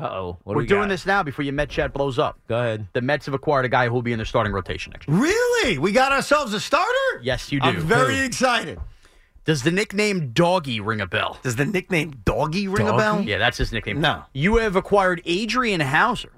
Uh oh. We're doing this now before your Met chat blows up. Go ahead. The Mets have acquired a guy who will be in the starting rotation next year. Really? We got ourselves a starter? Yes, you do. I'm very excited. Does the nickname Doggy ring a bell? Does the nickname Doggy ring a bell? Yeah, that's his nickname. No. You have acquired Adrian Hauser.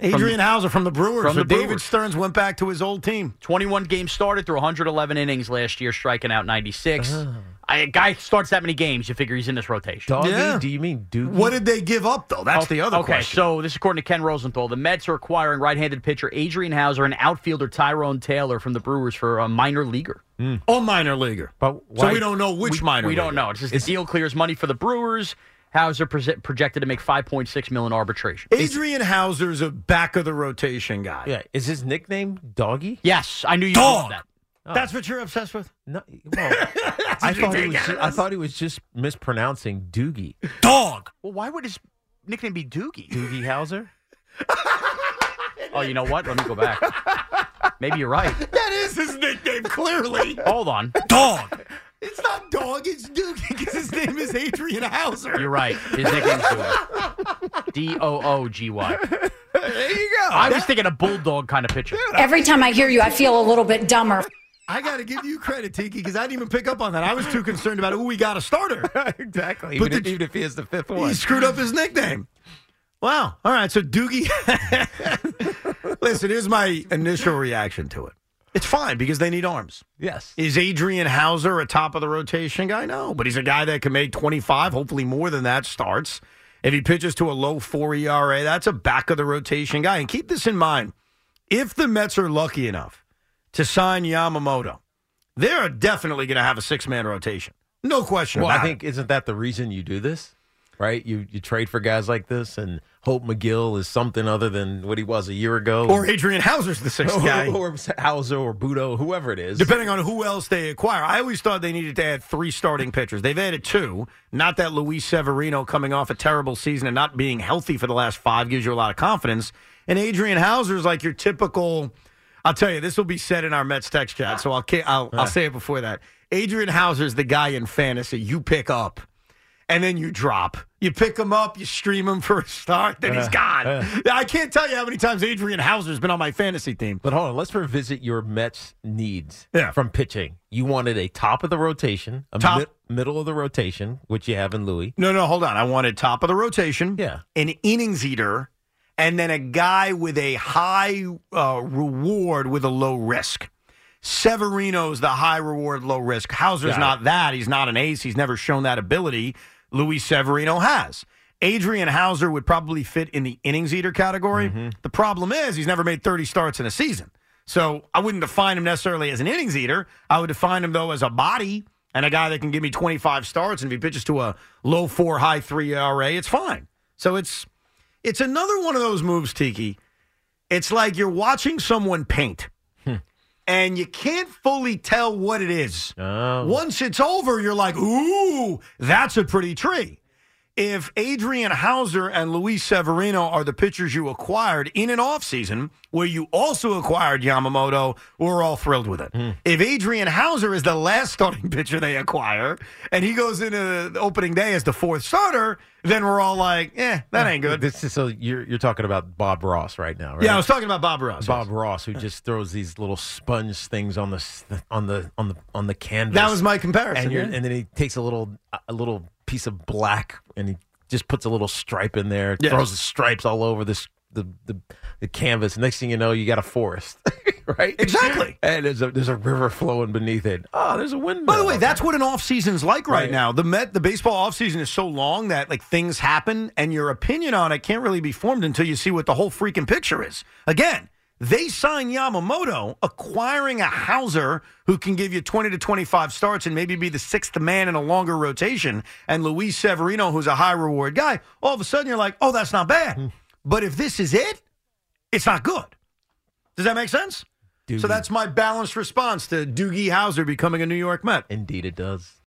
Adrian Hauser from the Brewers. From the so David Brewers. Stearns went back to his old team. 21 games started through 111 innings last year, striking out 96. Ah. I, a guy starts that many games, you figure he's in this rotation. Doggy? Yeah. Do you mean Doogie? What did they give up, though? That's the other Oh, okay, question. so this is according to Ken Rosenthal. The Mets are acquiring right-handed pitcher Adrian Hauser and outfielder Tyrone Taylor from the Brewers for a minor leaguer. All minor leaguer. But so why- we don't know which minor we don't leaguer. know. It's just the deal clears money for the Brewers. Hauser proje- projected to make 5.6 million arbitration. Adrian Hauser's a back of the rotation guy. Yeah. Is his nickname Doggy? Yes, I knew you Dog. knew that. That's what you're obsessed with? No. Well, I thought he was. Just, I thought he was just mispronouncing Doogie. Dog. Well, why would his nickname be Doogie? Doogie Hauser. oh, you know what? Let me go back. Maybe you're right. That is his nickname, clearly. Hold on. Dog. It's not Dog, it's Doogie because his name is Adrian Hauser. You're right. His nickname's Doogie. D O O G Y. there you go. I was thinking a bulldog kind of pitcher. Every time I hear you, I feel a little bit dumber. I got to give you credit, Tiki, because I didn't even pick up on that. I was too concerned about, oh, we got a starter. exactly. But Even, if, the- even if he is the fifth He one. screwed up his nickname. Wow. All right. So Doogie. Listen, here's my initial reaction to it. It's fine because they need arms. Yes. Is Adrian Hauser a top of the rotation guy? No, but he's a guy that can make 25, hopefully more than that starts. If he pitches to a low 4 ERA, that's a back of the rotation guy. And keep this in mind if the Mets are lucky enough to sign Yamamoto, they're definitely going to have a six man rotation. No question Well, about I it. think isn't that the reason you do this? Right? You you trade for guys like this and hope McGill is something other than what he was a year ago. Or Adrian Hauser's the sixth guy. or, or Hauser or Budo, whoever it is. Depending on who else they acquire, I always thought they needed to add three starting pitchers. They've added two. Not that Luis Severino coming off a terrible season and not being healthy for the last five gives you a lot of confidence. And Adrian Hauser is like your typical. I'll tell you, this will be said in our Mets text chat, so I'll ca- I'll, I'll say it before that. Adrian Hauser is the guy in fantasy you pick up. And then you drop. You pick him up, you stream him for a start, then he's gone. I can't tell you how many times Adrian Hauser's been on my fantasy team. But hold on, let's revisit your Mets needs Yeah. from pitching. You wanted a top of the rotation, a Top. mid- middle of the rotation, which you have in Louis. No, no, hold on. I wanted top of the rotation. Yeah. An innings eater, and then a guy with a high uh, reward with a low risk. Severino's the high reward, low risk. Hauser's Got not that. He's not an ace. He's never shown that ability. Luis Severino has. Adrian Hauser would probably fit in the innings eater category. The problem is he's never made 30 starts in a season. So I wouldn't define him necessarily as an innings eater. I would define him, though, as a body and a guy that can give me 25 starts. And if he pitches to a low four, high three ERA, it's fine. So it's it's another one of those moves, Tiki. It's like you're watching someone paint and you can't fully tell what it is. Once it's over, you're like, ooh, that's a pretty tree. If Adrian Hauser and Luis Severino are the pitchers you acquired in an offseason where you also acquired Yamamoto, we're all thrilled with it. If Adrian Hauser is the last starting pitcher they acquire and he goes into the opening day as the fourth starter, then we're all like, eh, that ain't good. This is so you're you're talking about Bob Ross right now, right? Yeah, I was talking about Bob Ross. Bob Ross, who just throws these little sponge things on the s- on the on the on the canvas. That was my comparison. and, you're, yeah. and then he takes a little a little piece of black and he just puts a little stripe in there, Yes. throws the stripes all over this the, the the canvas. Next thing you know, you got a forest, right? Exactly. And there's a there's a river flowing beneath it. Oh, there's a windmill. By the way, that's what an off season's like right, Right. now. The Met, the baseball offseason is so long that like things happen, and your opinion on it can't really be formed until you see what the whole freaking picture is. Again, They sign Yamamoto, acquiring a Hauser who can give you 20 to 25 starts and maybe be the sixth man in a longer rotation. And Luis Severino, who's a high reward guy, all of a sudden you're like, oh, that's not Hmm. bad. But if this is it, it's not good. Does that make sense? So that's my balanced response to Doogie Hauser becoming a New York Met. Indeed, it does.